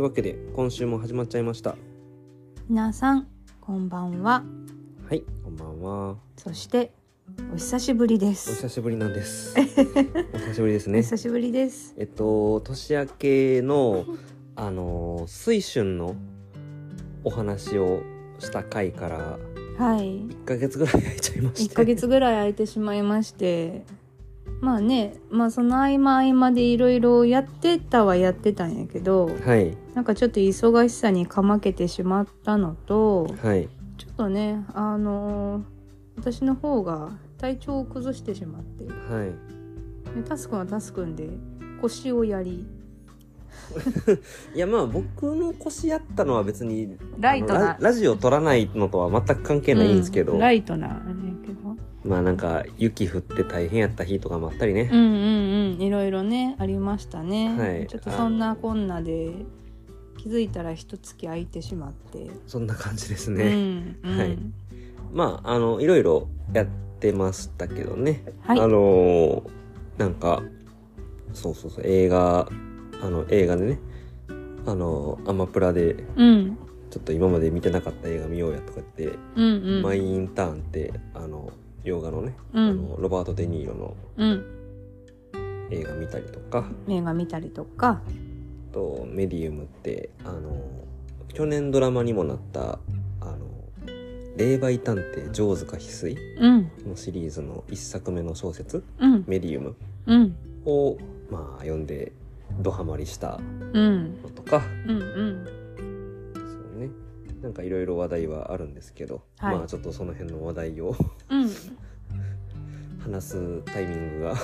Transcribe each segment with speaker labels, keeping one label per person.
Speaker 1: わけで今週も始まっちゃいました
Speaker 2: 皆さんこんばんは
Speaker 1: はいこんばんは
Speaker 2: そしてお久しぶりで
Speaker 1: お
Speaker 2: す
Speaker 1: 久しぶりなんです お久しぶりです
Speaker 2: お
Speaker 1: ね
Speaker 2: 久しぶりです
Speaker 1: えっと年明けのあの水春のお話をした回から
Speaker 2: はい
Speaker 1: 1ヶ月ぐらい空いちゃいまし
Speaker 2: 1
Speaker 1: て
Speaker 2: ヶ月ぐらい空いてしまいましてまあねまあその合間合間でいろいろやってたはやってたんやけど
Speaker 1: はい
Speaker 2: なんかちょっと忙しさにかまけてしまったのと
Speaker 1: はい
Speaker 2: ちょっとねあのー私の方が体調を崩してしまって
Speaker 1: はい
Speaker 2: でタスくんはタスくんで腰をやり
Speaker 1: いやまあ僕の腰やったのは別に
Speaker 2: ライト
Speaker 1: あの
Speaker 2: な
Speaker 1: ララジオ撮らないのとは全く関係ないんですけど、
Speaker 2: うんライトなあれやけど
Speaker 1: まあなんか雪降って大変やった日とかもあったりね、
Speaker 2: うんうんうんいろいろねありましたね、
Speaker 1: はい
Speaker 2: ちょっとそんなこんなで気づいたら一月空いてしまって、
Speaker 1: そんな感じです
Speaker 2: う
Speaker 1: ね、
Speaker 2: んう
Speaker 1: はい
Speaker 2: ん
Speaker 1: まああのいろいろやってましたけどね、
Speaker 2: はい
Speaker 1: あのーなんかそうそうそう映画あの映画でねあのアマプラで
Speaker 2: うん
Speaker 1: ちょっと今まで見てなかった映画見ようやとかって、
Speaker 2: うんうん
Speaker 1: マイ・インターンってあの洋画のね、
Speaker 2: う
Speaker 1: あ
Speaker 2: ん
Speaker 1: のロバート・デ・ニーロの
Speaker 2: うん
Speaker 1: 映画見たりとか
Speaker 2: 映画見たりとか
Speaker 1: あとメディウムってあの去年ドラマにもなったあの霊媒探偵ジョーズか翡翠
Speaker 2: うん
Speaker 1: のシリーズの一作目の小説
Speaker 2: うん
Speaker 1: メディウム
Speaker 2: うん
Speaker 1: をまあ読んでドハマりした
Speaker 2: うん
Speaker 1: のとか
Speaker 2: うんうん
Speaker 1: そうねなんかいろいろ話題はあるんですけど、
Speaker 2: はい
Speaker 1: まあちょっとその辺の話題を
Speaker 2: うん
Speaker 1: 話すタイミングが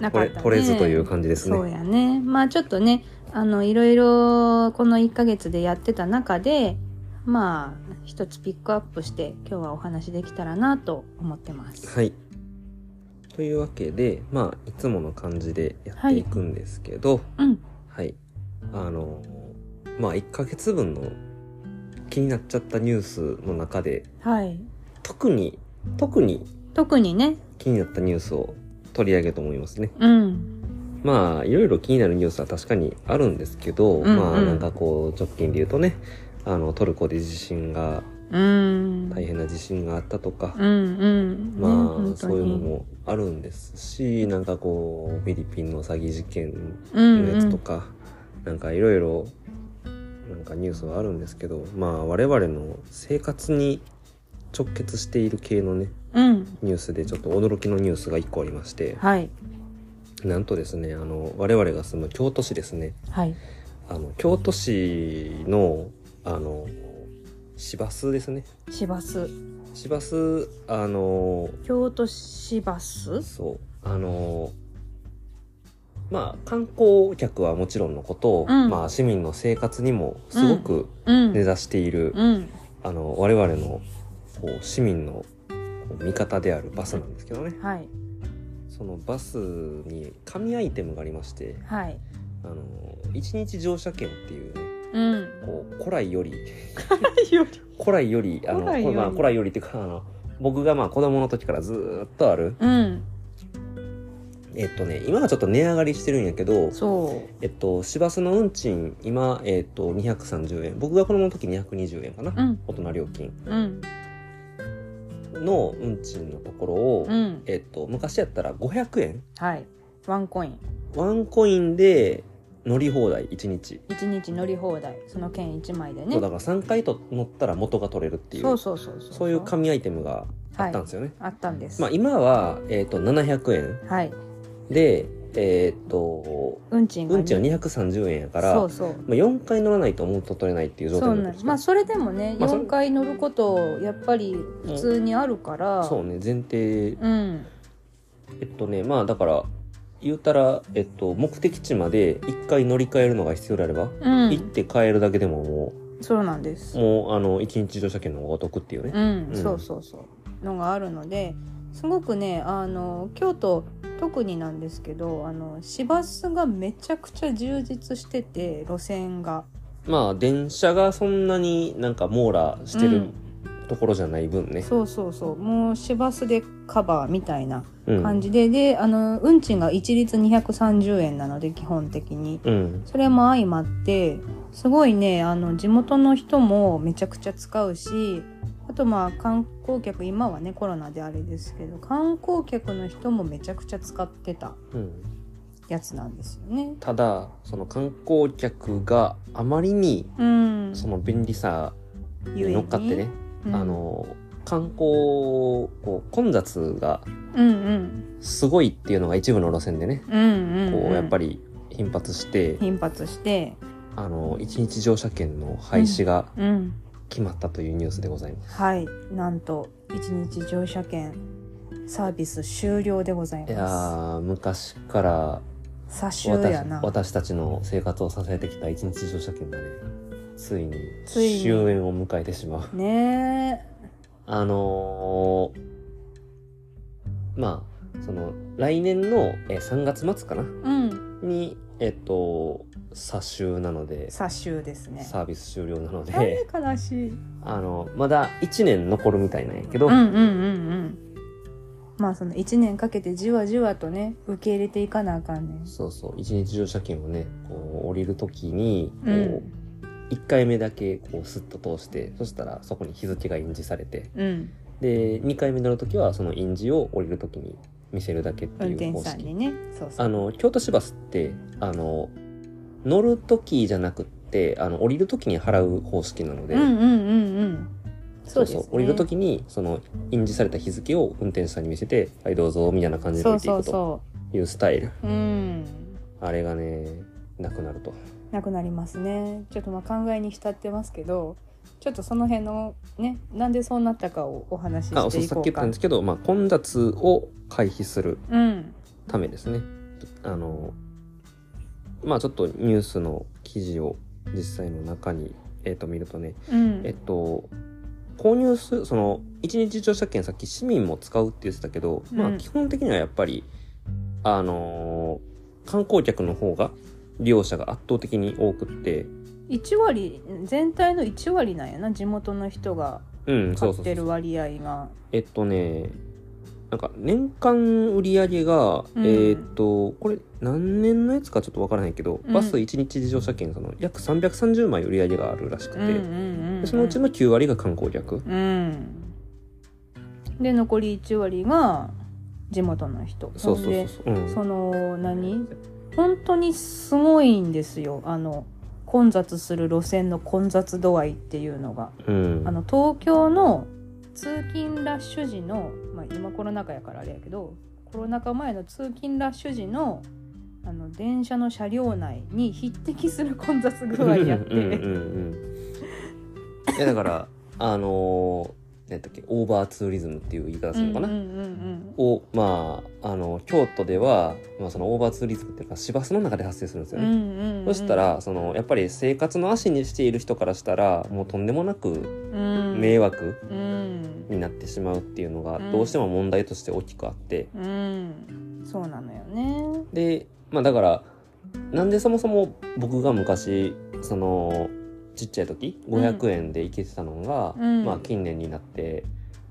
Speaker 2: なか
Speaker 1: 取
Speaker 2: っ
Speaker 1: れ
Speaker 2: たね
Speaker 1: 取れずという感じです
Speaker 2: そう
Speaker 1: ね。
Speaker 2: やねまあちょっとねあのいろいろこの1ヶ月でやってた中でまあ一つピックアップして今日はお話できたらなと思ってます。
Speaker 1: はいというわけでまあいつもの感じでやっていくんですけど、
Speaker 2: うん
Speaker 1: はい。あの、まあ、1ヶ月分の気になっちゃったニュースの中で、
Speaker 2: はい、
Speaker 1: 特に、特に
Speaker 2: 特にね
Speaker 1: 気になったニュースを取り上げると思いますね。
Speaker 2: うん
Speaker 1: まあ、いろいろ気になるニュースは確かにあるんですけど、
Speaker 2: んうん
Speaker 1: まあ、なんかこう、直近で言うとね、あの、トルコで地震が、
Speaker 2: うん、
Speaker 1: 大変な地震があったとか、
Speaker 2: うんうんね
Speaker 1: ま
Speaker 2: 本
Speaker 1: あ、
Speaker 2: 当
Speaker 1: そういうの
Speaker 2: に
Speaker 1: もあるんですし、なんかこう、フィリピンの詐欺事件
Speaker 2: うん
Speaker 1: の
Speaker 2: う
Speaker 1: やつと
Speaker 2: ん
Speaker 1: か、なんかいろいろなんかニュースはあるんですけどまあ我々の生活に直結している系のね
Speaker 2: うん
Speaker 1: ニュースでちょっと驚きのニュースが1個ありまして
Speaker 2: はい
Speaker 1: なんとですねあの我々が住む京都市ですね
Speaker 2: はい
Speaker 1: あの京都市のあの市バスですね
Speaker 2: 市バス
Speaker 1: 市バスあの
Speaker 2: 京都市バス
Speaker 1: そうあのまあ観光客はもちろんのことを、
Speaker 2: うん
Speaker 1: まあ市民の生活にもすごく
Speaker 2: うん
Speaker 1: 根ざしている、
Speaker 2: うん
Speaker 1: あの我々のこう市民のこう味方であるバスなんですけどね
Speaker 2: はい
Speaker 1: そのバスに紙アイテムがありまして
Speaker 2: はい
Speaker 1: あの一日乗車券っていうね
Speaker 2: うん
Speaker 1: こう古来より
Speaker 2: より
Speaker 1: 古来よりあの
Speaker 2: 古来より
Speaker 1: まあ、古来よりっていうかあの僕がまあ子供の時からずーっとある
Speaker 2: うん
Speaker 1: えっとね今はちょっと値上がりしてるんやけど
Speaker 2: そ
Speaker 1: えっと市バスの運賃今えっと230円僕が子供の時220円かな、
Speaker 2: ううん
Speaker 1: 大人料金
Speaker 2: うん
Speaker 1: の運賃のところを、
Speaker 2: うん
Speaker 1: えっと、昔やったら500円
Speaker 2: はい。ワンコイン。
Speaker 1: ワンコインで乗り放題1日、
Speaker 2: 一日乗り放題。その券一枚で
Speaker 1: そ
Speaker 2: ね
Speaker 1: うだ。から3回と乗ったら元が取れるっていう
Speaker 2: そうそうそうそう。
Speaker 1: そういう紙アイテムがあ
Speaker 2: は
Speaker 1: っ
Speaker 2: い
Speaker 1: たんですよね、
Speaker 2: あったんです。
Speaker 1: まあ今は、えっと700円
Speaker 2: はい。
Speaker 1: でえっと
Speaker 2: 運賃がね、
Speaker 1: 運賃は230円やから
Speaker 2: そうそう。
Speaker 1: まあ、4回乗らないともっと取れないっていう状
Speaker 2: そ
Speaker 1: 態
Speaker 2: う
Speaker 1: にな
Speaker 2: な
Speaker 1: って
Speaker 2: んで
Speaker 1: き
Speaker 2: す。
Speaker 1: た
Speaker 2: まあそれでもね、
Speaker 1: まあそれ
Speaker 2: 四回乗ることやっぱり普通にあるから。
Speaker 1: そうね前提
Speaker 2: うん。
Speaker 1: えっとねまあだから言うたら、えっと、目的地まで1回乗り換えるのが必要であれば、
Speaker 2: う
Speaker 1: 行っ
Speaker 2: ん。
Speaker 1: て帰るだけでもも
Speaker 2: そうなんです
Speaker 1: う。もうあの1日乗車券の方がお得っていうね、
Speaker 2: うん、
Speaker 1: うん
Speaker 2: そうそうそうのがあるのですごくねあの京都特になんですけどあの市バスがめちゃくちゃ充実してて路線が
Speaker 1: まあ電車がそんなになんか網羅して
Speaker 2: う
Speaker 1: る
Speaker 2: ん
Speaker 1: ところじゃない分ね
Speaker 2: そうそうそうもう市バスでカバーみたいな
Speaker 1: うん
Speaker 2: 感じで、であの運賃が一律230円なので基本的に
Speaker 1: うん
Speaker 2: それも相まってすごいねあの地元の人もめちゃくちゃ使うしあとまあ観光客今はねコロナであれですけど観光客の人もめちゃくちゃ使ってた
Speaker 1: うん
Speaker 2: やつなんですよね。
Speaker 1: ただその観光客があまりに
Speaker 2: うん、
Speaker 1: その便利さ
Speaker 2: ゆ
Speaker 1: に
Speaker 2: えに
Speaker 1: 乗っかってね、、
Speaker 2: うん
Speaker 1: あ、の観光こう混雑が
Speaker 2: うんうん
Speaker 1: すごいっていうのが一部の路線でね、
Speaker 2: うんうん、
Speaker 1: こうやっぱ
Speaker 2: り
Speaker 1: り頻発して、
Speaker 2: 頻発して、
Speaker 1: あの一日乗車券の廃止が
Speaker 2: うん、
Speaker 1: 決まったというニュースでございます。
Speaker 2: はいなんと一日乗車券サービス終了でござい
Speaker 1: いや
Speaker 2: ま
Speaker 1: ー昔から
Speaker 2: す。差しや
Speaker 1: 私
Speaker 2: な。
Speaker 1: 私たちの生活を支えてきた一日乗車券がねついに
Speaker 2: ついに
Speaker 1: 終焉を迎えてしまう。
Speaker 2: ね
Speaker 1: あのーまあその来年のえー3月末かな
Speaker 2: え、うん、
Speaker 1: にえっと差終なので
Speaker 2: 差しですね。
Speaker 1: サービス終了なの
Speaker 2: あれ
Speaker 1: で、
Speaker 2: 悲しい。
Speaker 1: あのまだ1年残るみたいなんやけど、
Speaker 2: うんうんうんうん。まあその1年かけてじわじわとね受け入れていかなあかんねん。
Speaker 1: そうそう一日乗車券をねこう降りる時にこう、
Speaker 2: うん
Speaker 1: 1回目だけこうスッと通してそしたらそこに日付が印字されて
Speaker 2: うん、
Speaker 1: で2回目乗る時はその印字を降りる時に見せるだけって
Speaker 2: 運
Speaker 1: い
Speaker 2: 転
Speaker 1: う
Speaker 2: 手
Speaker 1: 方
Speaker 2: さんに
Speaker 1: 式
Speaker 2: ね。そうそ
Speaker 1: あ
Speaker 2: う。
Speaker 1: の京都市バスってあの乗る時じゃなくってあの降りる時に払う方式なので、
Speaker 2: うんうんうんうん。そうですね。
Speaker 1: 降りる時にその印字された日付を運転手さんに見せて「はいどうぞ」みたいな感じで
Speaker 2: そ
Speaker 1: 降
Speaker 2: う
Speaker 1: りてい
Speaker 2: そう
Speaker 1: くと
Speaker 2: そ
Speaker 1: いうスタイル
Speaker 2: う。うん。
Speaker 1: あれがねなくなると
Speaker 2: なくなりますね。ちょっとまあ考えに浸ってますけど、ちょっとその辺のねなんでそうなったかをお話し
Speaker 1: あ
Speaker 2: して
Speaker 1: そう
Speaker 2: い
Speaker 1: さ
Speaker 2: こ
Speaker 1: っき言
Speaker 2: う
Speaker 1: った
Speaker 2: か
Speaker 1: んで。すけど、まあ、混雑を回避する
Speaker 2: うん
Speaker 1: ためですねあのまあちょっとニュースの記事を実際の中に、えー、と見るとね
Speaker 2: う
Speaker 1: えっ
Speaker 2: ん
Speaker 1: と購入するその一日乗車券さっき市民も使うって言ってたけど、まあ
Speaker 2: うん
Speaker 1: 基本的にはやっぱりあのー観光客の方が利用者が圧倒的に多くって
Speaker 2: 1割全体の1割なんやな地元の人が
Speaker 1: うんそ
Speaker 2: 買
Speaker 1: うそ
Speaker 2: っ
Speaker 1: うそ
Speaker 2: て
Speaker 1: う
Speaker 2: る割合が。
Speaker 1: えっとね、なんか年間売り上げが、
Speaker 2: うん
Speaker 1: えーっと、これ何年のやつかちょっとわからないけど、
Speaker 2: うん
Speaker 1: バス1日自乗車券、その約330枚売り上げがあるらしくて、
Speaker 2: うんうんうんうん
Speaker 1: でそのうちの9割が観光客。
Speaker 2: うん、で残り1割が地元の人
Speaker 1: そうそう
Speaker 2: ほん
Speaker 1: そう
Speaker 2: で
Speaker 1: そう。うん、
Speaker 2: その何本当にすごいんですよあの混雑する路線の混雑度合いっていうのが
Speaker 1: うん
Speaker 2: あの東京の通勤ラッシュ時の、まあ、今コロナ禍やからあれやけどコロナ禍前の通勤ラッシュ時のあの電車の車両内に匹敵する混雑具合やっ
Speaker 1: うんうんう
Speaker 2: て
Speaker 1: んうん。いやだから、あのー、何だっけ、オーバーツーリズムっていう言い方するのかな。
Speaker 2: うんうんうん
Speaker 1: をまあ、あの京都では、まあ、そのオーバーツーリズムっていうのは市バスの中で発生するんです
Speaker 2: う
Speaker 1: よ
Speaker 2: ん
Speaker 1: ね。
Speaker 2: うんうんうん
Speaker 1: そしたらそのやっぱり生活の足にしている人からしたらもうとんでもなく
Speaker 2: うん
Speaker 1: 迷惑
Speaker 2: うん
Speaker 1: になってしまうっていうのが
Speaker 2: うん
Speaker 1: どうしても問題として大きくあって
Speaker 2: うんそうなのよね
Speaker 1: でまあだからなんでそもそも僕が昔そのちっちゃい時500円で行けてたのが、
Speaker 2: うん
Speaker 1: まあ近年になって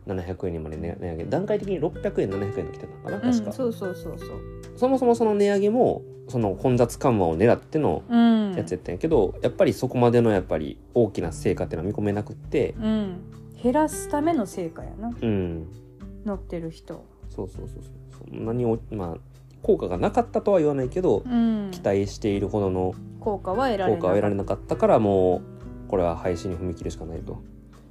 Speaker 1: 700円にまで値値上げ段階的に600円700円と来てたのかな確
Speaker 2: う
Speaker 1: か、
Speaker 2: ん、そうそうそうそう
Speaker 1: そもそもその値上げもその混雑緩和を狙っての
Speaker 2: うん
Speaker 1: やつやったんやけど、やっぱりそこまでのやっぱり大きな成果っていうのは見込めなくって
Speaker 2: うん減らすための成果やな
Speaker 1: うん
Speaker 2: 乗ってる人
Speaker 1: そうそうそうそうそんなにおまあ効果がなかったとは言わないけど
Speaker 2: うん
Speaker 1: 期待しているほどの
Speaker 2: 効果は得られ
Speaker 1: 効
Speaker 2: な
Speaker 1: 果は得られなかったからもうこれは廃止に踏み切るしかないと。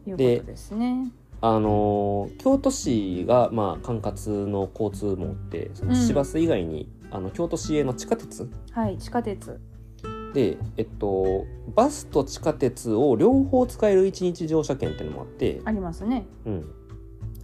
Speaker 2: いうことですね
Speaker 1: あのー京都市が、まあ、管轄の交通網ってその
Speaker 2: うん
Speaker 1: 市バス以外に、あの京都市営の地下鉄
Speaker 2: はい地下鉄
Speaker 1: で、えっと、バスと地下鉄を両方使える一日乗車券っていうのもあって、
Speaker 2: ありますね
Speaker 1: うん、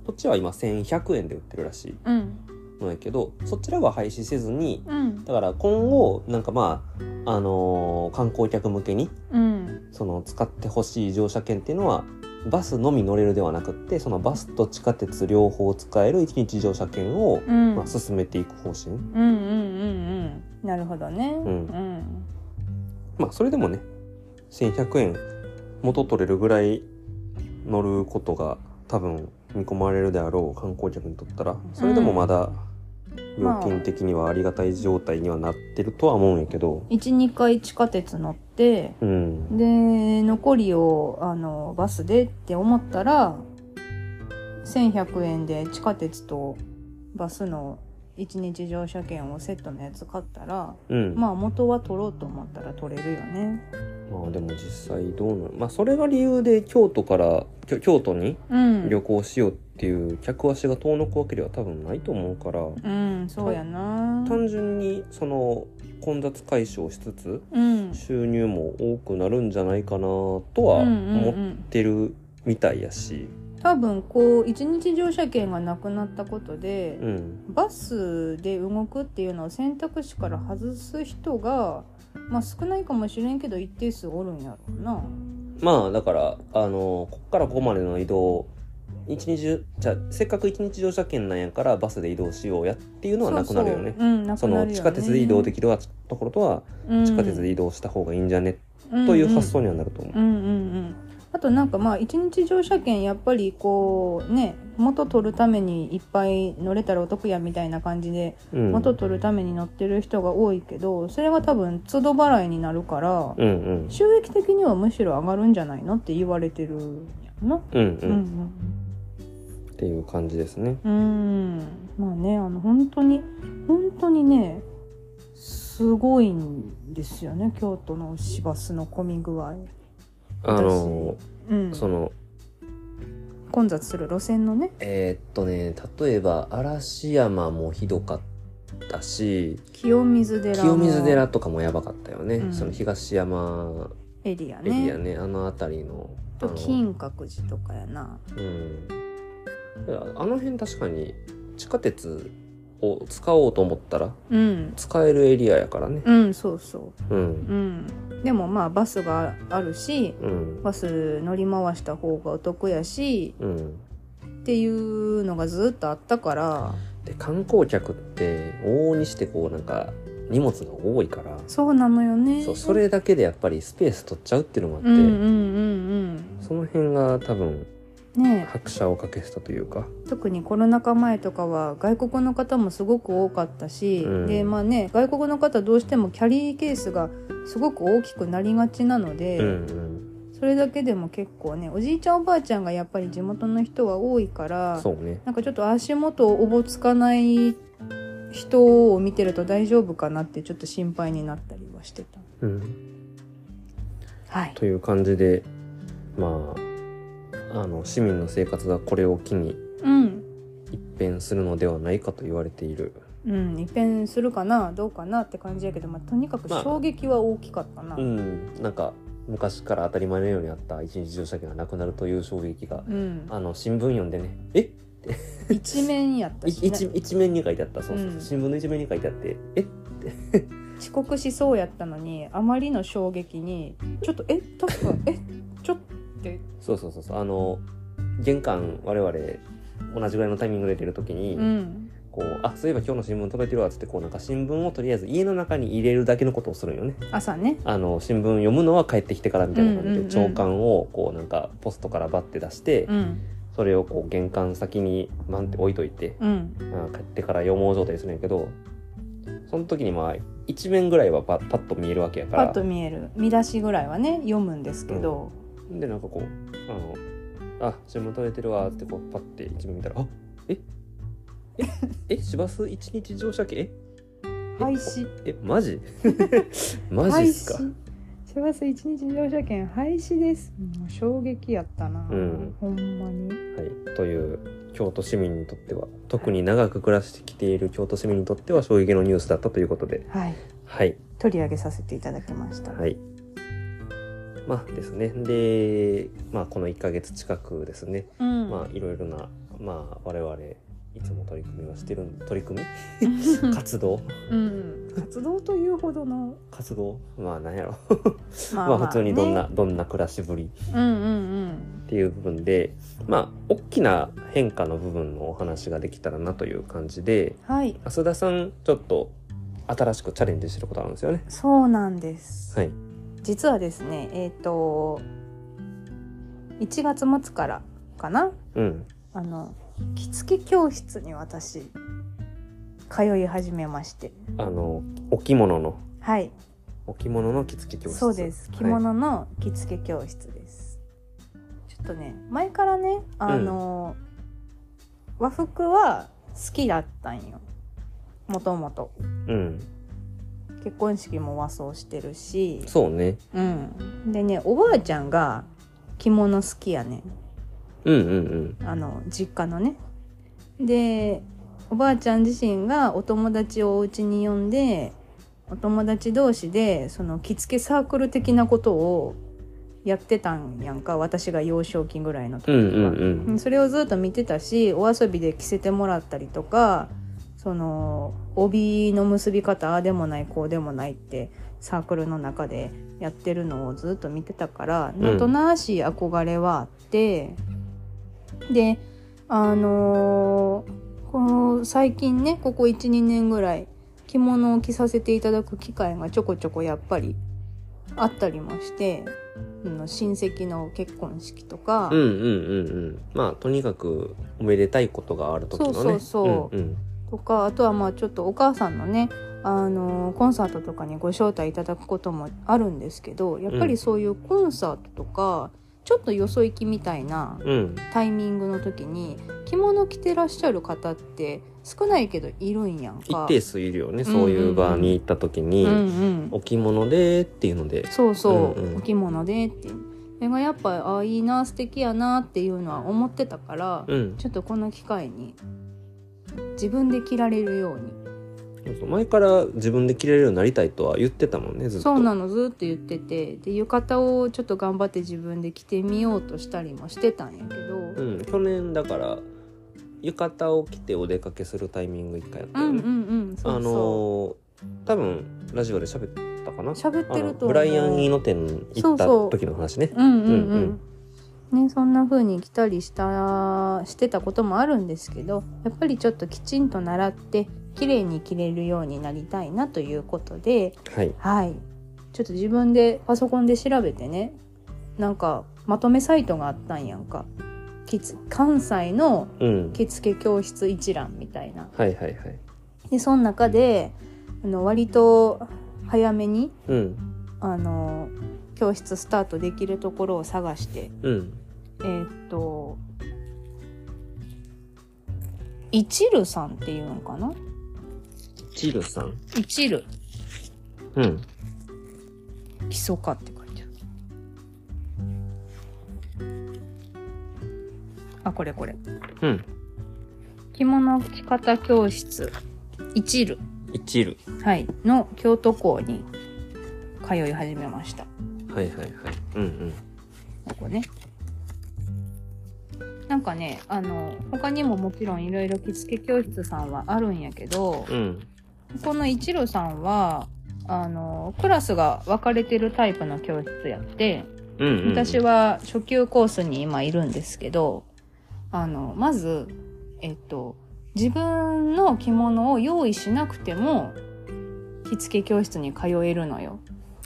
Speaker 1: こっちは今1100円で売ってるらし
Speaker 2: うん
Speaker 1: いのやけどそちらは廃止せずに
Speaker 2: うん
Speaker 1: だから今後なんかまあ、あのー観光客向けに
Speaker 2: うん
Speaker 1: その使ってほしい乗車券っていうのはバスのみ乗れるではなくってそのバスと地下鉄両方使える一日乗車券を、
Speaker 2: うん
Speaker 1: まあ、進めていく方針、
Speaker 2: うんうんうんうんなるほどねうん
Speaker 1: まあそれでもね1100円元取れるぐらい乗ることが多分見込まれるであろう観光客にとったらそれでもまだ料金的にはありがたい状態にはなってるとは思うんやけど、
Speaker 2: 12回地下鉄乗って
Speaker 1: うん、
Speaker 2: で残りをあのバスでって思ったら1100円で地下鉄とバスの1日乗車券をセットのやつ買ったら
Speaker 1: うん、
Speaker 2: まあ元は取ろうと思ったら取れるよね。
Speaker 1: まあでも実際どうなのまあそれが理由で京都からきょ京都に
Speaker 2: うん、
Speaker 1: 旅行しようっていう客足が遠のくわけでは多分ないと思うから
Speaker 2: うん、そうやな。
Speaker 1: 単純にその混雑解消しつつ
Speaker 2: うん、
Speaker 1: 収入も多くなるんじゃないかなとは
Speaker 2: うんうんう
Speaker 1: 思っ
Speaker 2: ん、
Speaker 1: てるみたいやし
Speaker 2: 多分こう1日乗車券がなくなったことで、
Speaker 1: うん
Speaker 2: バスで動くっていうのを選択肢から外す人が、まあ、少ないかもしれんけど一定数おるんやろうな。
Speaker 1: まあだからあのこっからここまでの移動一日中じゃあせっかく一日乗車券なんやからバスで移動しようやっていうのはなくなるよね。
Speaker 2: そうそううん、な
Speaker 1: そ
Speaker 2: くなるよ
Speaker 1: の
Speaker 2: ね
Speaker 1: 地下鉄で移動できるわところとは地下鉄で移動した方がいいんじゃね、という発想にはなると思う
Speaker 2: う。んうんうん、あとなんかまあ一日乗車券やっぱりこうね元取るためにいっぱい乗れたらお得やみたいな感じで
Speaker 1: うん
Speaker 2: 元取るために乗ってる人が多いけどそれが多分都度払いになるから
Speaker 1: うんうん
Speaker 2: 収益的にはむしろ上がるんじゃないのって言われてるんやろな。
Speaker 1: うんう
Speaker 2: う
Speaker 1: んんっていう感じですね。
Speaker 2: うん、うんまあねあの本当に本当にねすごいんですよね京都の市バスの混み具合。
Speaker 1: あの
Speaker 2: うん、
Speaker 1: その
Speaker 2: 混雑する路線のね
Speaker 1: えーっとね例えば嵐山もひどかったし
Speaker 2: 清水寺の
Speaker 1: 清水寺とかもやばかったよね、
Speaker 2: うん
Speaker 1: その東山
Speaker 2: エリア
Speaker 1: エ
Speaker 2: ね
Speaker 1: リアねあの辺りの。あ
Speaker 2: と
Speaker 1: の
Speaker 2: 金閣寺とかやな
Speaker 1: うん、あの辺確かに地下鉄を使おうと思ったら
Speaker 2: うん
Speaker 1: 使えるエリアやからね。
Speaker 2: うんそうそ
Speaker 1: うん
Speaker 2: ううんでもまあバスがあるし
Speaker 1: うん
Speaker 2: バス乗り回した方がお得やし
Speaker 1: うん
Speaker 2: っていうのがずっとあったから
Speaker 1: で観光客って往々にしてこうなんか荷物が多いから、
Speaker 2: そうなのよね
Speaker 1: そうそれだけでやっぱりスペース取っちゃうっていうのもあって、
Speaker 2: うんうんうん
Speaker 1: その辺が多分
Speaker 2: うんね
Speaker 1: 拍車をかけしたというか
Speaker 2: 特にコロナ禍前とかは外国の方もすごく多かったし、
Speaker 1: うん
Speaker 2: でまあね外国の方どうしてもキャリーケースがすごく大きくなりがちなので、
Speaker 1: うん
Speaker 2: それだけでも結構ねおじいちゃんおばあちゃんがやっぱり地元の人は多いか
Speaker 1: うん
Speaker 2: ら
Speaker 1: そうね
Speaker 2: なんかちょっと足元をおぼつかない人を見てると大丈夫かなってちょっと心配になったりはしてた。
Speaker 1: うん
Speaker 2: はい、
Speaker 1: という感じでまああの市民の生活がこれを機に
Speaker 2: うん
Speaker 1: 一変するのではないかと言われている
Speaker 2: うん、一変するかなどうかなって感じやけど、まあ、とにかく
Speaker 1: まあ
Speaker 2: 衝撃は大きかったな、
Speaker 1: うんなんか昔から当たり前のようにあった一日乗車券がなくなるという衝撃が
Speaker 2: うん、
Speaker 1: あの新聞読んでねえ
Speaker 2: 一面やった
Speaker 1: い
Speaker 2: し、ね、
Speaker 1: 一一面に書いてあったそうそう、
Speaker 2: うん
Speaker 1: 新聞の一面に書いてあってえ
Speaker 2: 遅刻しそうやったのにあまりの衝撃にちょっとえ多分えちょっとって
Speaker 1: そうそうそうそうあの玄関我々同じぐらいのタイミングで出る時に、
Speaker 2: うん
Speaker 1: こうあそういえば今日の新聞届いてるわっつってこうなんか新聞をとりあえず家の中に入れるだけのことをするんよね
Speaker 2: 朝ね
Speaker 1: あの新聞読むのは帰ってきてからみたいな感
Speaker 2: うん
Speaker 1: じ
Speaker 2: うんう
Speaker 1: で
Speaker 2: ん
Speaker 1: 朝刊をこうなんかポストからバッて出して、
Speaker 2: うん
Speaker 1: それをこう玄関先にバンって置いといて、
Speaker 2: うん
Speaker 1: うん帰ってから読もう状態にするんやけどその時にまあ一面ぐらいはパパッと見えるわけやか
Speaker 2: パ
Speaker 1: ら
Speaker 2: ッと見える見出しぐらいはね読むんですけど、
Speaker 1: でなんかこうあの「あ新聞届いてるわ」ってこうパッて一面見たら「あえええ市バス一日乗車券ええ
Speaker 2: 廃止
Speaker 1: えマジマジ
Speaker 2: 廃
Speaker 1: っ
Speaker 2: 止
Speaker 1: すか
Speaker 2: 市バス一日乗車券廃止ですもう衝撃やったな、
Speaker 1: うん
Speaker 2: ほんまに
Speaker 1: はい、という京都市民にとっては特に長く暮らしてきている京都市民にとっては衝撃のニュースだったということで
Speaker 2: はい
Speaker 1: はい
Speaker 2: 取り上げさせていただきました、
Speaker 1: はいまあですねで、まあ、この1ヶ月近くですね
Speaker 2: うん
Speaker 1: まあいろいろな、まあ、我々いつも取り組みはしてるん取り組み 活動
Speaker 2: うん、活動というほどの
Speaker 1: 活動まあなんやろ
Speaker 2: ま
Speaker 1: まあ普通にどんな、
Speaker 2: ね
Speaker 1: どんな暮らしぶり
Speaker 2: うんうん
Speaker 1: っていう部分でまあ大きな変化の部分のお話ができたらなという感じで
Speaker 2: うんはい
Speaker 1: 浅田さんちょっと新しくチャレンジしてることあるんですよね
Speaker 2: そうなんです、
Speaker 1: はい
Speaker 2: 実はですねえっ、と1月末からかな
Speaker 1: うん
Speaker 2: あの着付け教室に私通い始めまして
Speaker 1: あのお着物の
Speaker 2: はい
Speaker 1: お着物の着付け教室
Speaker 2: そうです着
Speaker 1: はい
Speaker 2: 物の着付け教室です、ちょっとね前からねあの、和服は好きだったんよもともと
Speaker 1: うん
Speaker 2: 結婚式も和装してるし
Speaker 1: そうね
Speaker 2: うんでねおばあちゃんが着物好きやねん
Speaker 1: うんうん
Speaker 2: あの実家のねでおばあちゃん自身がお友達をお家に呼んでお友達同士でその着付けサークル的なことをやってたんやんか私が幼少期ぐらいの時
Speaker 1: うんう
Speaker 2: は、
Speaker 1: んうんうん
Speaker 2: それをずっと見てたしお遊びで着せてもらったりとかその帯の結び方ああでもないこうでもないってサークルの中でやってるのをずっと見てたから
Speaker 1: ん
Speaker 2: なんとなしい憧れはあって、であのーこの最近ねここ12年ぐらい着物を着させていただく機会がちょこちょこやっぱりあったりもして。あの親戚の結婚式とか、
Speaker 1: うんうんうんうんまあとにかくおめでたいことがある時のね
Speaker 2: そうそうそう
Speaker 1: うん
Speaker 2: とかあとはまあちょっとお母さんのねあのーコンサートとかにご招待いただくこともあるんですけどやっぱりそういうコンサートとか、ちょっとよそ行きみたいな
Speaker 1: うんうん
Speaker 2: タイミングの時に着物着てらっしゃる方って少ないけどいるんやん
Speaker 1: 一
Speaker 2: か。
Speaker 1: 定数いるよねそういう場に行った時に、
Speaker 2: うんうん、
Speaker 1: お着物でっていうので
Speaker 2: そうそう、
Speaker 1: うんうん
Speaker 2: お着物でってそれがやっぱああいいな素敵やなっていうのは思ってたから、
Speaker 1: うん
Speaker 2: ちょっとこの機会に自分で着られるように
Speaker 1: そうそう前から自分で着れるようになりたいとは言ってたもんねずっと
Speaker 2: そうなのずっと言っててで浴衣をちょっと頑張って自分で着てみようとしたりもしてたんやけど、うん、
Speaker 1: うん、去年だから浴衣を着てお出かけするタイミング一回やった
Speaker 2: う
Speaker 1: よ
Speaker 2: ん
Speaker 1: ね、
Speaker 2: うんそ
Speaker 1: あ
Speaker 2: うそ
Speaker 1: のー多分ラジオで喋ったかな
Speaker 2: 喋ってると思う
Speaker 1: あのブライアン・イーノ店行った時の話ね
Speaker 2: う、うんうんうん、
Speaker 1: うん
Speaker 2: ね、そんな風に着たりしたしてたこともあるんですけどやっぱりちょっときちんと習って綺麗に着れるようになりたいなということで
Speaker 1: はい
Speaker 2: はいちょっと自分でパソコンで調べてねなんかまとめサイトがあったんやんかきつ関西の
Speaker 1: うん
Speaker 2: 着付け教室一覧みたいな
Speaker 1: はいはいはい
Speaker 2: でその中であの割と早めに
Speaker 1: うん
Speaker 2: あの教室スタートできるところを探して
Speaker 1: うん
Speaker 2: えーっと一縷さんっていうんかな
Speaker 1: チルさん
Speaker 2: 一縷
Speaker 1: うん
Speaker 2: 基礎科って書いてあるあこれこれ
Speaker 1: うん
Speaker 2: 着物着方教室一縷
Speaker 1: イチル
Speaker 2: はい、の京都校に通い始めました。
Speaker 1: はいはいはいうん
Speaker 2: ここね。なんかね、あの、他にももちろんいろいろ着付け教室さんはあるんやけど、
Speaker 1: うんうん
Speaker 2: この一路さんは、あの、クラスが分かれてるタイプの教室やって、
Speaker 1: うんうん
Speaker 2: 私は初級コースに今いるんですけど、あの、まず、えっと、自分の着物を用意しなくても、着付け教室に通えるのよ。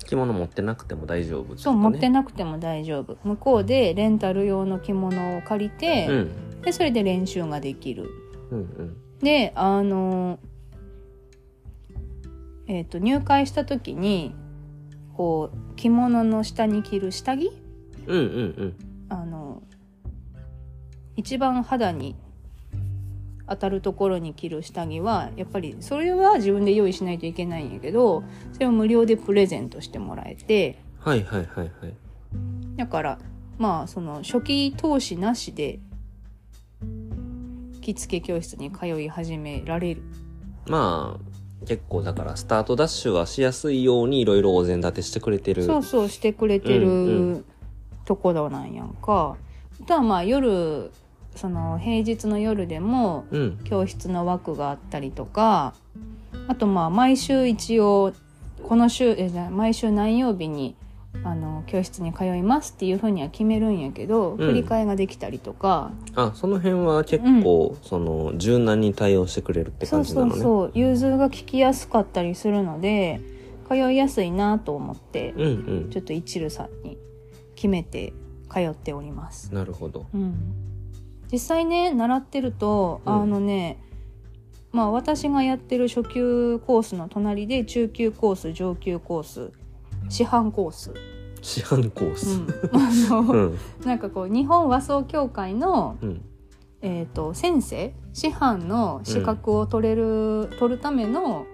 Speaker 1: 着物持ってなくても大丈夫
Speaker 2: そう、持って
Speaker 1: な
Speaker 2: なくても大丈夫。向こうでレンタル用の着物を借りて、
Speaker 1: うん
Speaker 2: で、それで練習ができる。
Speaker 1: うんうん
Speaker 2: で、あの、えっ、と、入会した時に、こう、着物の下に着る下着
Speaker 1: うんうん
Speaker 2: あの一番肌に当たるところに着る下着はやっぱりそれは自分で用意しないといけないんやけどそれを無料でプレゼントしてもらえて
Speaker 1: はいはいはいはい
Speaker 2: だからまあその初期投資なしで着付け教室に通い始められる
Speaker 1: まあ結構だからスタートダッシュはしやすいようにいろいろお膳立てしてくれてる
Speaker 2: そうそうしてくれてる、
Speaker 1: うん
Speaker 2: ところなんやんかあとはまあ夜その平日の夜でも
Speaker 1: うん
Speaker 2: 教室の枠があったりとかあとまあ毎週一応この週えじゃあ毎週何曜日にあの教室に通いますっていうふうには決めるんやけど、振り替えができたりとか
Speaker 1: あその辺は結構、その柔軟に対応してくれるって
Speaker 2: そ
Speaker 1: 感
Speaker 2: う
Speaker 1: じ
Speaker 2: そ
Speaker 1: なの
Speaker 2: う
Speaker 1: ね
Speaker 2: そう融通が聞きやすかったりするので通いやすいなと思って
Speaker 1: うんうん
Speaker 2: ちょっと一縷さんに決めて通っております。
Speaker 1: なるほど
Speaker 2: うん、実際ね習ってると、
Speaker 1: うん
Speaker 2: あのねまあ私がやってる初級コースの隣で中級コース上級コース師範コース、
Speaker 1: 市販コース。
Speaker 2: うん、 あ
Speaker 1: う
Speaker 2: の
Speaker 1: ん。
Speaker 2: なんかこう日本和装協会の、
Speaker 1: うん。
Speaker 2: えー、と先生師範の資格を取れる、取るための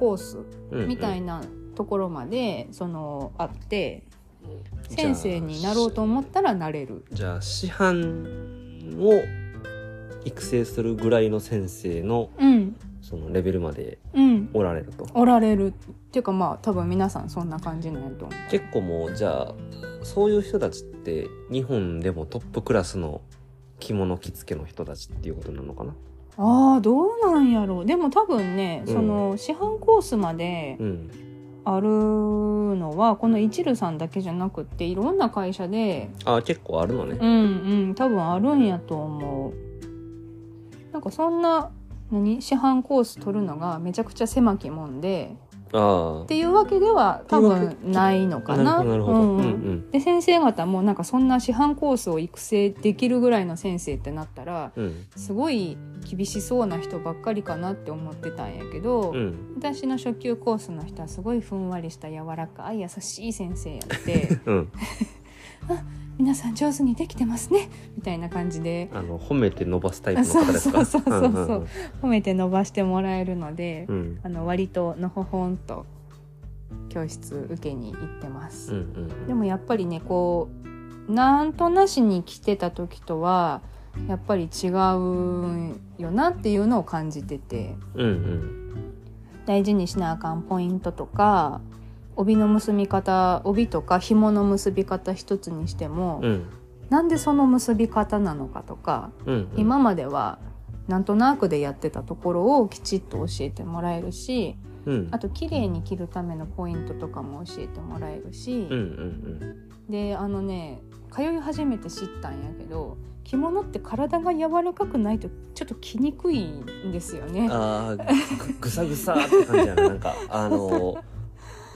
Speaker 2: コース
Speaker 1: うん。
Speaker 2: みたい
Speaker 1: な。
Speaker 2: なところまで、そのあって先生になろうと思ったらなれる。
Speaker 1: じゃあ、師範を育成するぐらいの先生の、
Speaker 2: うん
Speaker 1: そのレベルまで
Speaker 2: うん
Speaker 1: おられると。
Speaker 2: おられるっていうかまあ多分皆さんそんな感じなんやと思う
Speaker 1: 結構もう、じゃあ、そういう人たちって、日本でもトップクラスの着物着付けの人たちっていうことなのかな。
Speaker 2: ああどうなんやろうでも多分ね、
Speaker 1: うん
Speaker 2: その市販コースまで
Speaker 1: うん。
Speaker 2: あるのはこの一縷さんだけじゃなくっていろんな会社で
Speaker 1: ああ、結構あるのね。
Speaker 2: うんうん多分あるんやと思うなんかそんな何市販コース取るのがめちゃくちゃ狭きもんで
Speaker 1: あ
Speaker 2: っていうわけでは多分ないの
Speaker 1: あ。
Speaker 2: か
Speaker 1: なるほ
Speaker 2: な
Speaker 1: ど、なるほど。
Speaker 2: うん
Speaker 1: う、
Speaker 2: うん
Speaker 1: うんん。
Speaker 2: で先生方もなんかそんな師範コースを育成できるぐらいの先生ってなったら
Speaker 1: うん。
Speaker 2: すごい厳しそうな人ばっかりかなって思ってたんやけど、
Speaker 1: うん。
Speaker 2: 私の初級コースの人はすごいふんわりした柔らかい優しい先生やって
Speaker 1: うん。
Speaker 2: 皆さん上手にできてますねみたいな感じで
Speaker 1: あの、褒めて伸ばすタイプの方ですか。
Speaker 2: そうそうそうそうそうん褒めて伸ばしてもらえるので、
Speaker 1: うんうん。
Speaker 2: あの割とのほほんと教室受けに行ってます。
Speaker 1: うんうんうん。
Speaker 2: でもやっぱりねこうなんとなしに来てた時とはやっぱり違うんよなっていうのを感じてて
Speaker 1: うん
Speaker 2: 大事にしなあかんポイントとか帯の結び方帯とか紐の結び方一つにして
Speaker 1: う
Speaker 2: も、
Speaker 1: んうん
Speaker 2: なんでその結び方なのかとか
Speaker 1: うんうん
Speaker 2: 今まではなんとなくでやってたところをきちっと教えてもらえるし
Speaker 1: うん
Speaker 2: あと綺麗に着るためのポイントとかも教えてもらえる
Speaker 1: う
Speaker 2: し。
Speaker 1: んうん
Speaker 2: であのね通い始めて知ったんやけど着物って体が柔らかくないとちょっと着にくいんですよ
Speaker 1: う
Speaker 2: ね
Speaker 1: ん。あーぐぐさぐさって感じやななんかあの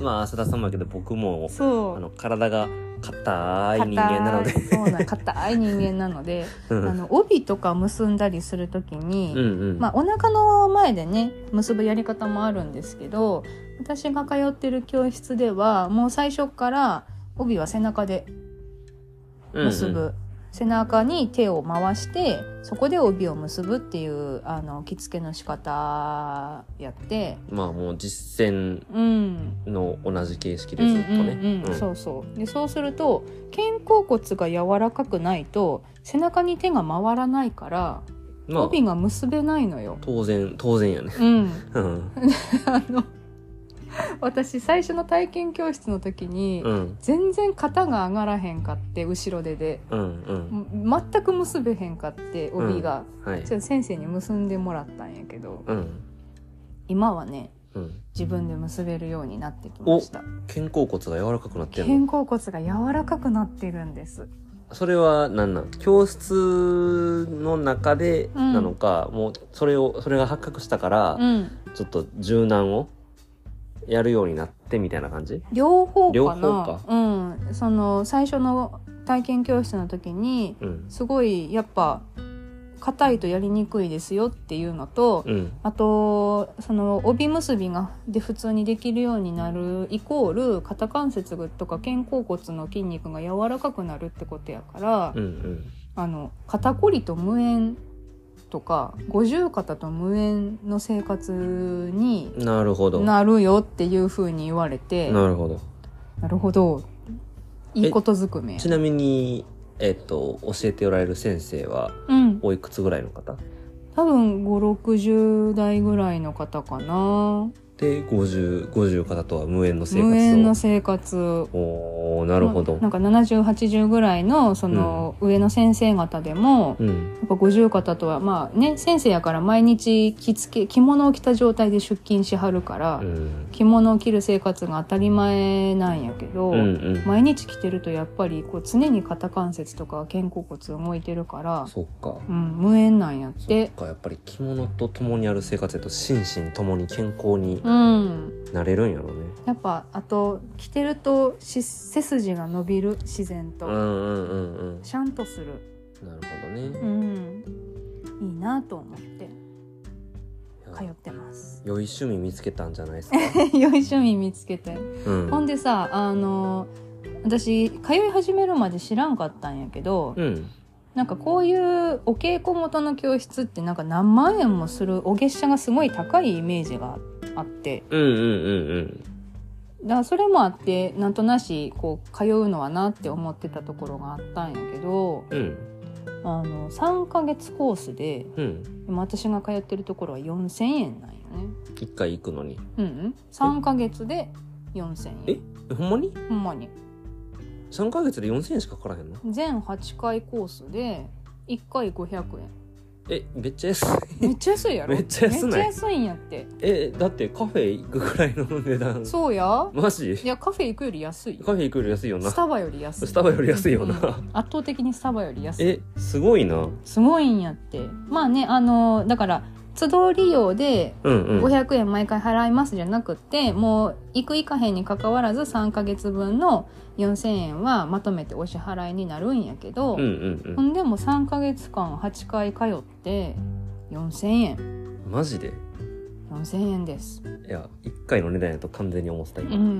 Speaker 1: まあ浅田さんもやけど僕もあ
Speaker 2: そう
Speaker 1: の体が硬い
Speaker 2: 硬い
Speaker 1: 人間なので
Speaker 2: そうなん硬い人間なので
Speaker 1: う
Speaker 2: あ
Speaker 1: ん
Speaker 2: の帯とか結んだりする時に、
Speaker 1: うんうん
Speaker 2: まあ、お腹の前でね結ぶやり方もあるんですけど私が通ってる教室ではもう最初から帯は背中で結ぶ、背中に手を回してそこで帯を結ぶっていうあの着付けの仕方やって、
Speaker 1: うんうんまあもう実践
Speaker 2: うん、
Speaker 1: の同じ形式
Speaker 2: う
Speaker 1: で
Speaker 2: ん
Speaker 1: ず
Speaker 2: う
Speaker 1: っとね
Speaker 2: んうんそうそうでそうすると肩甲骨が柔らかくないと背中に手が回らないから
Speaker 1: まあ
Speaker 2: 帯が結べないのよ。
Speaker 1: 当然当然や ね
Speaker 2: うん、
Speaker 1: うん
Speaker 2: あの私最初の体験教室の時に、
Speaker 1: うん
Speaker 2: 全然肩が上がらへんかって後ろでで
Speaker 1: うんうん
Speaker 2: も全く結べへんかって帯が。
Speaker 1: はい
Speaker 2: ちょっと先生に結んでもらったんやけど
Speaker 1: うん
Speaker 2: 今はね
Speaker 1: うん
Speaker 2: 自分で結べるようになってきました
Speaker 1: 肩甲骨が柔らかくなってるの
Speaker 2: 肩甲骨が柔らかくなってるんです
Speaker 1: それは何なん教室の中で
Speaker 2: うん
Speaker 1: なのか、もうそれをそれが発覚したから、
Speaker 2: うん
Speaker 1: ちょっと柔軟をやるようになってみたいな感じ
Speaker 2: 両方かな
Speaker 1: 両方か
Speaker 2: うんその最初の体験教室の時に
Speaker 1: うん
Speaker 2: すごいやっぱ硬いとやりにくいですよっていうのと、
Speaker 1: うん
Speaker 2: あとその帯結びがで普通にできるようになるイコール肩関節とか肩甲骨の筋肉が柔らかくなるってことやから、
Speaker 1: うんうん
Speaker 2: あの肩こりと無縁とか五十肩と無縁の生活に
Speaker 1: なるほどな
Speaker 2: なるよっていうふうに言われてな
Speaker 1: るほど
Speaker 2: るほどいいことずくめ
Speaker 1: ちなみにえっと教えておられる先生は
Speaker 2: うん
Speaker 1: おいくつぐらいの方
Speaker 2: 多分560代ぐらいの方かな
Speaker 1: で5050方とは無縁の生活を
Speaker 2: 無縁の生活
Speaker 1: おーなるほど、
Speaker 2: なんか7080ぐらいのその上の先生方でも、
Speaker 1: うん
Speaker 2: やっぱ五十肩とはまあね先生やから毎日着付け着物を着た状態で出勤しはるから、
Speaker 1: うん
Speaker 2: 着物を着る生活が当たり前なんやけど、
Speaker 1: うんうん
Speaker 2: 毎日着てるとやっぱりこう常に肩関節とか肩甲骨動いてるから、
Speaker 1: そっか
Speaker 2: うん、無縁なんやっ。
Speaker 1: そってかやっぱり着物と共にある生活やと心身ともに健康に
Speaker 2: うん、
Speaker 1: なれるんやろうね。
Speaker 2: やっぱあと着てるとし背筋が伸びる自然
Speaker 1: う
Speaker 2: と、
Speaker 1: んうんうんうん。
Speaker 2: シャンとする、
Speaker 1: なるほど
Speaker 2: う
Speaker 1: ね。
Speaker 2: ん、いいなと思って通
Speaker 1: いや
Speaker 2: って ます。
Speaker 1: 良い趣味見つけたんじゃないで すか。
Speaker 2: 良い趣味見つけて
Speaker 1: うん。
Speaker 2: ほんでさあの私通い始めるまで知らんかったんやけど、
Speaker 1: うん。
Speaker 2: なんかこういうお稽古元の教室ってなんか何万円もするお月謝がすごい高いイメージがあって
Speaker 1: うんうんうんうん。
Speaker 2: だからそれもあってなんとなしこう通うのはなって思ってたところがあったんやけど
Speaker 1: うん。
Speaker 2: あの3ヶ月コースで
Speaker 1: うん。
Speaker 2: 今私が通ってるところは4,000円なんよね。
Speaker 1: 一回行くのに。
Speaker 2: うん、うん、3ヶ月で4,000円
Speaker 1: えほんまに
Speaker 2: ほんまに
Speaker 1: 三ヶ月で4000円しかかからへんの
Speaker 2: 全8回コースで1回500円
Speaker 1: え、めっちゃ安い。
Speaker 2: めっちゃ安いやろ
Speaker 1: めっちゃ安ない
Speaker 2: めっちゃ安いんやって
Speaker 1: え、だってカフェ行くぐらいの値段。
Speaker 2: そうや
Speaker 1: マジ
Speaker 2: いやカフェ行くより安いよ
Speaker 1: カフェ行くより安いよな
Speaker 2: ス。タバより安い
Speaker 1: スタバより安いよな
Speaker 2: うん圧倒的にスタバより安い
Speaker 1: え、すごいな。
Speaker 2: すごいんやってまあねあのだから都度利用で
Speaker 1: うんうん。
Speaker 2: 500円毎回払いますじゃなくってもう行く行かへんにかかわらず3ヶ月分の4,000円はまとめてお支払いになるんやけ
Speaker 1: う
Speaker 2: ど、
Speaker 1: んうん
Speaker 2: ほんでも3ヶ月間8回通って4,000円
Speaker 1: うん。マジで
Speaker 2: 4,000円です
Speaker 1: いや、一回の値段やと完全に思ってた
Speaker 2: う
Speaker 1: 今。
Speaker 2: ん、うん、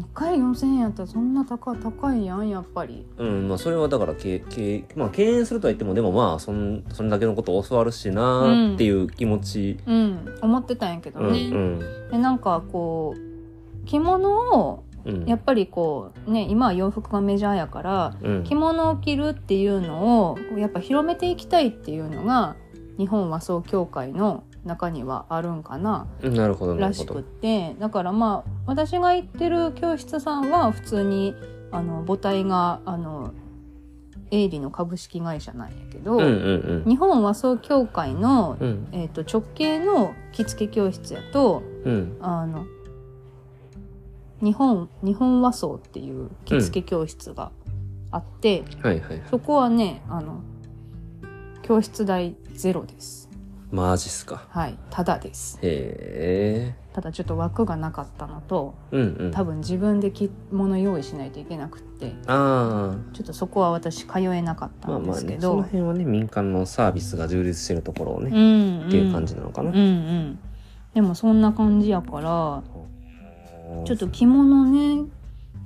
Speaker 2: 2回4,000円やったらそんな高高いやんやっぱり
Speaker 1: うん、まあそれはだから経経、まあ敬遠するとは言っても、でもまあそん、それだけのことを教わるしなーっていう気持ち。
Speaker 2: うん思ってたんやけど
Speaker 1: うんう
Speaker 2: ね、
Speaker 1: ん。
Speaker 2: でなんかこう着物を
Speaker 1: うん。
Speaker 2: やっぱりこうね今は洋服がメジャーやから
Speaker 1: うん
Speaker 2: 着物を着るっていうのをやっぱ広めていきたいっていうのが日本和装協会の中にはあるんかな
Speaker 1: うんなるほどな
Speaker 2: ら
Speaker 1: るほ
Speaker 2: し
Speaker 1: ど
Speaker 2: くってだからまあ私が行ってる教室さんは普通にあの母体があの営利の株式会社なんやけど、
Speaker 1: うんうん
Speaker 2: 日本和装協会の、
Speaker 1: うんうん
Speaker 2: えー、と直系の着付け教室やと
Speaker 1: うん
Speaker 2: あの日本日本和装っていう着付け教室があって、
Speaker 1: はいはい
Speaker 2: そこはねあの教室代ゼロです
Speaker 1: マジっすか
Speaker 2: はいただです
Speaker 1: へえ
Speaker 2: ただちょっと枠がなかったのと
Speaker 1: うんうん
Speaker 2: 多
Speaker 1: あ
Speaker 2: 分自分で着物用意しないといけなくって
Speaker 1: あ
Speaker 2: ちょっとそこは私通えなかった
Speaker 1: まあ
Speaker 2: んで
Speaker 1: まあ
Speaker 2: すけ
Speaker 1: ね
Speaker 2: ど、
Speaker 1: その辺はね民間のサービスが充実してるところをね、
Speaker 2: うんうん
Speaker 1: っていう感じなのかな、
Speaker 2: うんうんでもそんな感じやからちょっ
Speaker 1: と
Speaker 2: と着物ね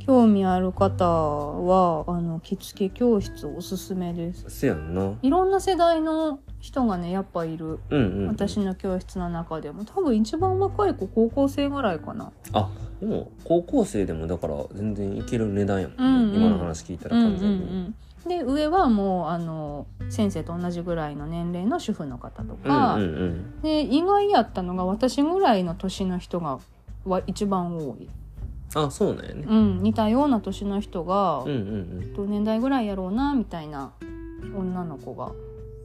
Speaker 2: 興味ある方はあの着付け教室おすすめです
Speaker 1: せやんなうん
Speaker 2: いろんな世代の人がねやっぱいる
Speaker 1: うん
Speaker 2: 私の教室の中でも多分一番若い子高校生ぐらいかな
Speaker 1: あでも高校生でもだから全然いける値段やもん、ね
Speaker 2: うんうん
Speaker 1: 今の話聞いたら
Speaker 2: うんうん
Speaker 1: 完全に、
Speaker 2: うんで上はもうあの先生と同じぐらいの年齢の主婦の方と
Speaker 1: うん
Speaker 2: か、
Speaker 1: うんうん
Speaker 2: で意外やったのが私ぐらいの年の人がは一番多い、
Speaker 1: あそうなんやね
Speaker 2: うん、似たような年の人が、
Speaker 1: うんうん
Speaker 2: 同年代ぐらいやろうなみたいな女の子が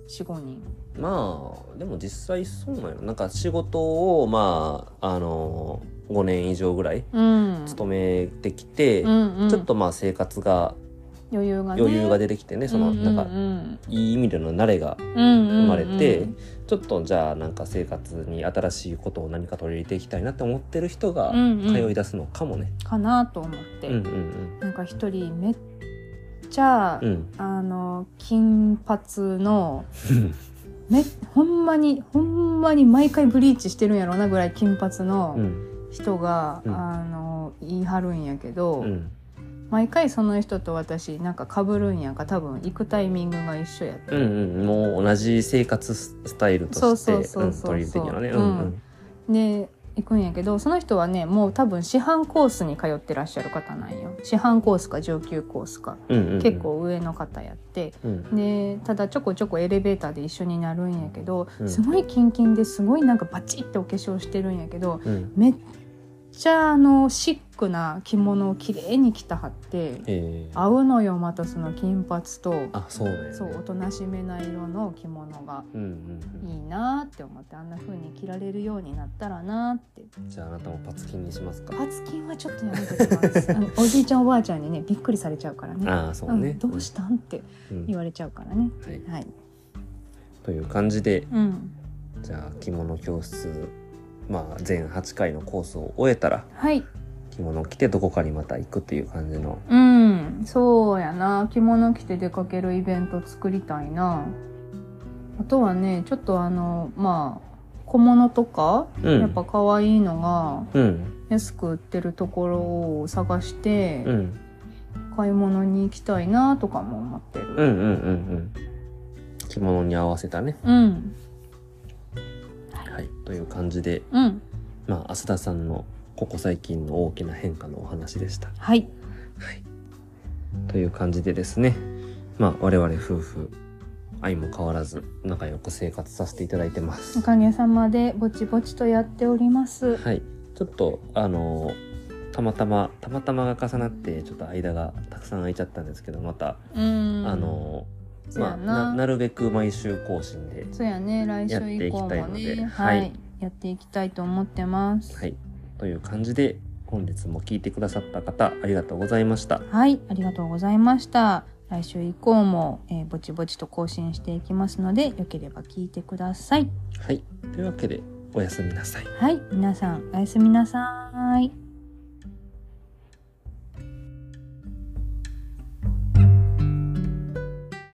Speaker 2: 45人
Speaker 1: うんまあでも実際そうなんやろなんか仕事をまああの5年以上ぐらい
Speaker 2: うん、
Speaker 1: 勤めてきて、
Speaker 2: うんうん、
Speaker 1: ちょっとまあ生活が
Speaker 2: 余裕がね
Speaker 1: 余裕が出てきてね、そのなん
Speaker 2: う
Speaker 1: か
Speaker 2: ん
Speaker 1: いい意味での慣れが
Speaker 2: 生
Speaker 1: 生まれて、ちょっとじゃあなんか生活に新しいことを何か取り入れていきたいなって思ってる人が
Speaker 2: うんうん
Speaker 1: 通い出すのかもね。
Speaker 2: かなと思って、
Speaker 1: うんうん
Speaker 2: なんか一人めっちゃ、
Speaker 1: うんうん
Speaker 2: あの金髪のめほんまにほんまに毎回ブリーチしてるんやろうなぐらい金髪
Speaker 1: う
Speaker 2: の
Speaker 1: ん
Speaker 2: 人が、
Speaker 1: うん
Speaker 2: あの言い張るんやけど、
Speaker 1: うん
Speaker 2: 毎回その人と私なんか被るんやんか多分行くタイミングが一緒やって、
Speaker 1: うんうんもう同じ生活スタイルとして
Speaker 2: そうそうそう
Speaker 1: うん
Speaker 2: そう
Speaker 1: 取り入れていきのね。
Speaker 2: う
Speaker 1: うんんうん
Speaker 2: で行くんやけどその人はねもう多分師範コースに通ってらっしゃる方なんよ師範コースか上級コースか、
Speaker 1: うんうん
Speaker 2: 結。構上の方やって、
Speaker 1: うん
Speaker 2: でただちょこちょこエレベーターで一緒になるんやけど、
Speaker 1: うん
Speaker 2: すごいキンキンですごいなんかバチッてお化粧してるんやけど
Speaker 1: うん
Speaker 2: めっちゃあのシックな着物を綺麗に着たはって
Speaker 1: えー
Speaker 2: 合うのよまたその金髪と
Speaker 1: あそうだよね。
Speaker 2: そうおとなしめな色の着物が
Speaker 1: うんうん
Speaker 2: いいなって思ってあんな風に着られるようになったらなって
Speaker 1: うん。じゃああなたもパツキンにしますか。
Speaker 2: パツキンはちょっとやめてきます あのおじいちゃんおばあちゃんにねびっくりされちゃうからね
Speaker 1: ああそううね
Speaker 2: ん、。どうしたんって
Speaker 1: うん
Speaker 2: 言われちゃうからね
Speaker 1: はい
Speaker 2: はい
Speaker 1: という感じで
Speaker 2: うん
Speaker 1: じゃあ着物教室まあ全8回のコースを終えたら
Speaker 2: はい
Speaker 1: 着物を着てどこかにまた行くっていう感じの
Speaker 2: うんそうやな着物着て出かけるイベント作りたいなあとはねちょっとあのまあ小物とか、
Speaker 1: うん
Speaker 2: やっぱ可愛いのが
Speaker 1: うん
Speaker 2: 安く売ってるところを探して、
Speaker 1: うん
Speaker 2: 買い物に行きたいなとかも思ってる
Speaker 1: うんうんうんうん着物に合わせたね
Speaker 2: うん
Speaker 1: はいという感じで
Speaker 2: うん
Speaker 1: まあ浅田さんのここ最近の大きな変化のお話でした
Speaker 2: はい
Speaker 1: という感じでですねまあ我々夫婦愛も変わらず仲良く生活させていただいてま
Speaker 2: お
Speaker 1: す
Speaker 2: かげさまでぼちぼちとやっております
Speaker 1: はいちょっとあのたまたまたまたまが重なってちょっと間がたくさん空いちゃったんですけどまた、
Speaker 2: うん
Speaker 1: あの
Speaker 2: そう
Speaker 1: まあ
Speaker 2: やな,、
Speaker 1: ななるべく毎週更新で
Speaker 2: そうやね来週以降
Speaker 1: や
Speaker 2: も
Speaker 1: っていきたいので
Speaker 2: ねはい、
Speaker 1: はい
Speaker 2: やっていきたいと思ってます
Speaker 1: はいという感じで本日も聞いてくださった方ありがとうございました
Speaker 2: はい、ありがとうございました。来週以降も、えーぼちぼちと更新していきますので、よければ聞いてください。
Speaker 1: はいというわけでおやすみなさい
Speaker 2: はい、皆さん、おやすみなさい。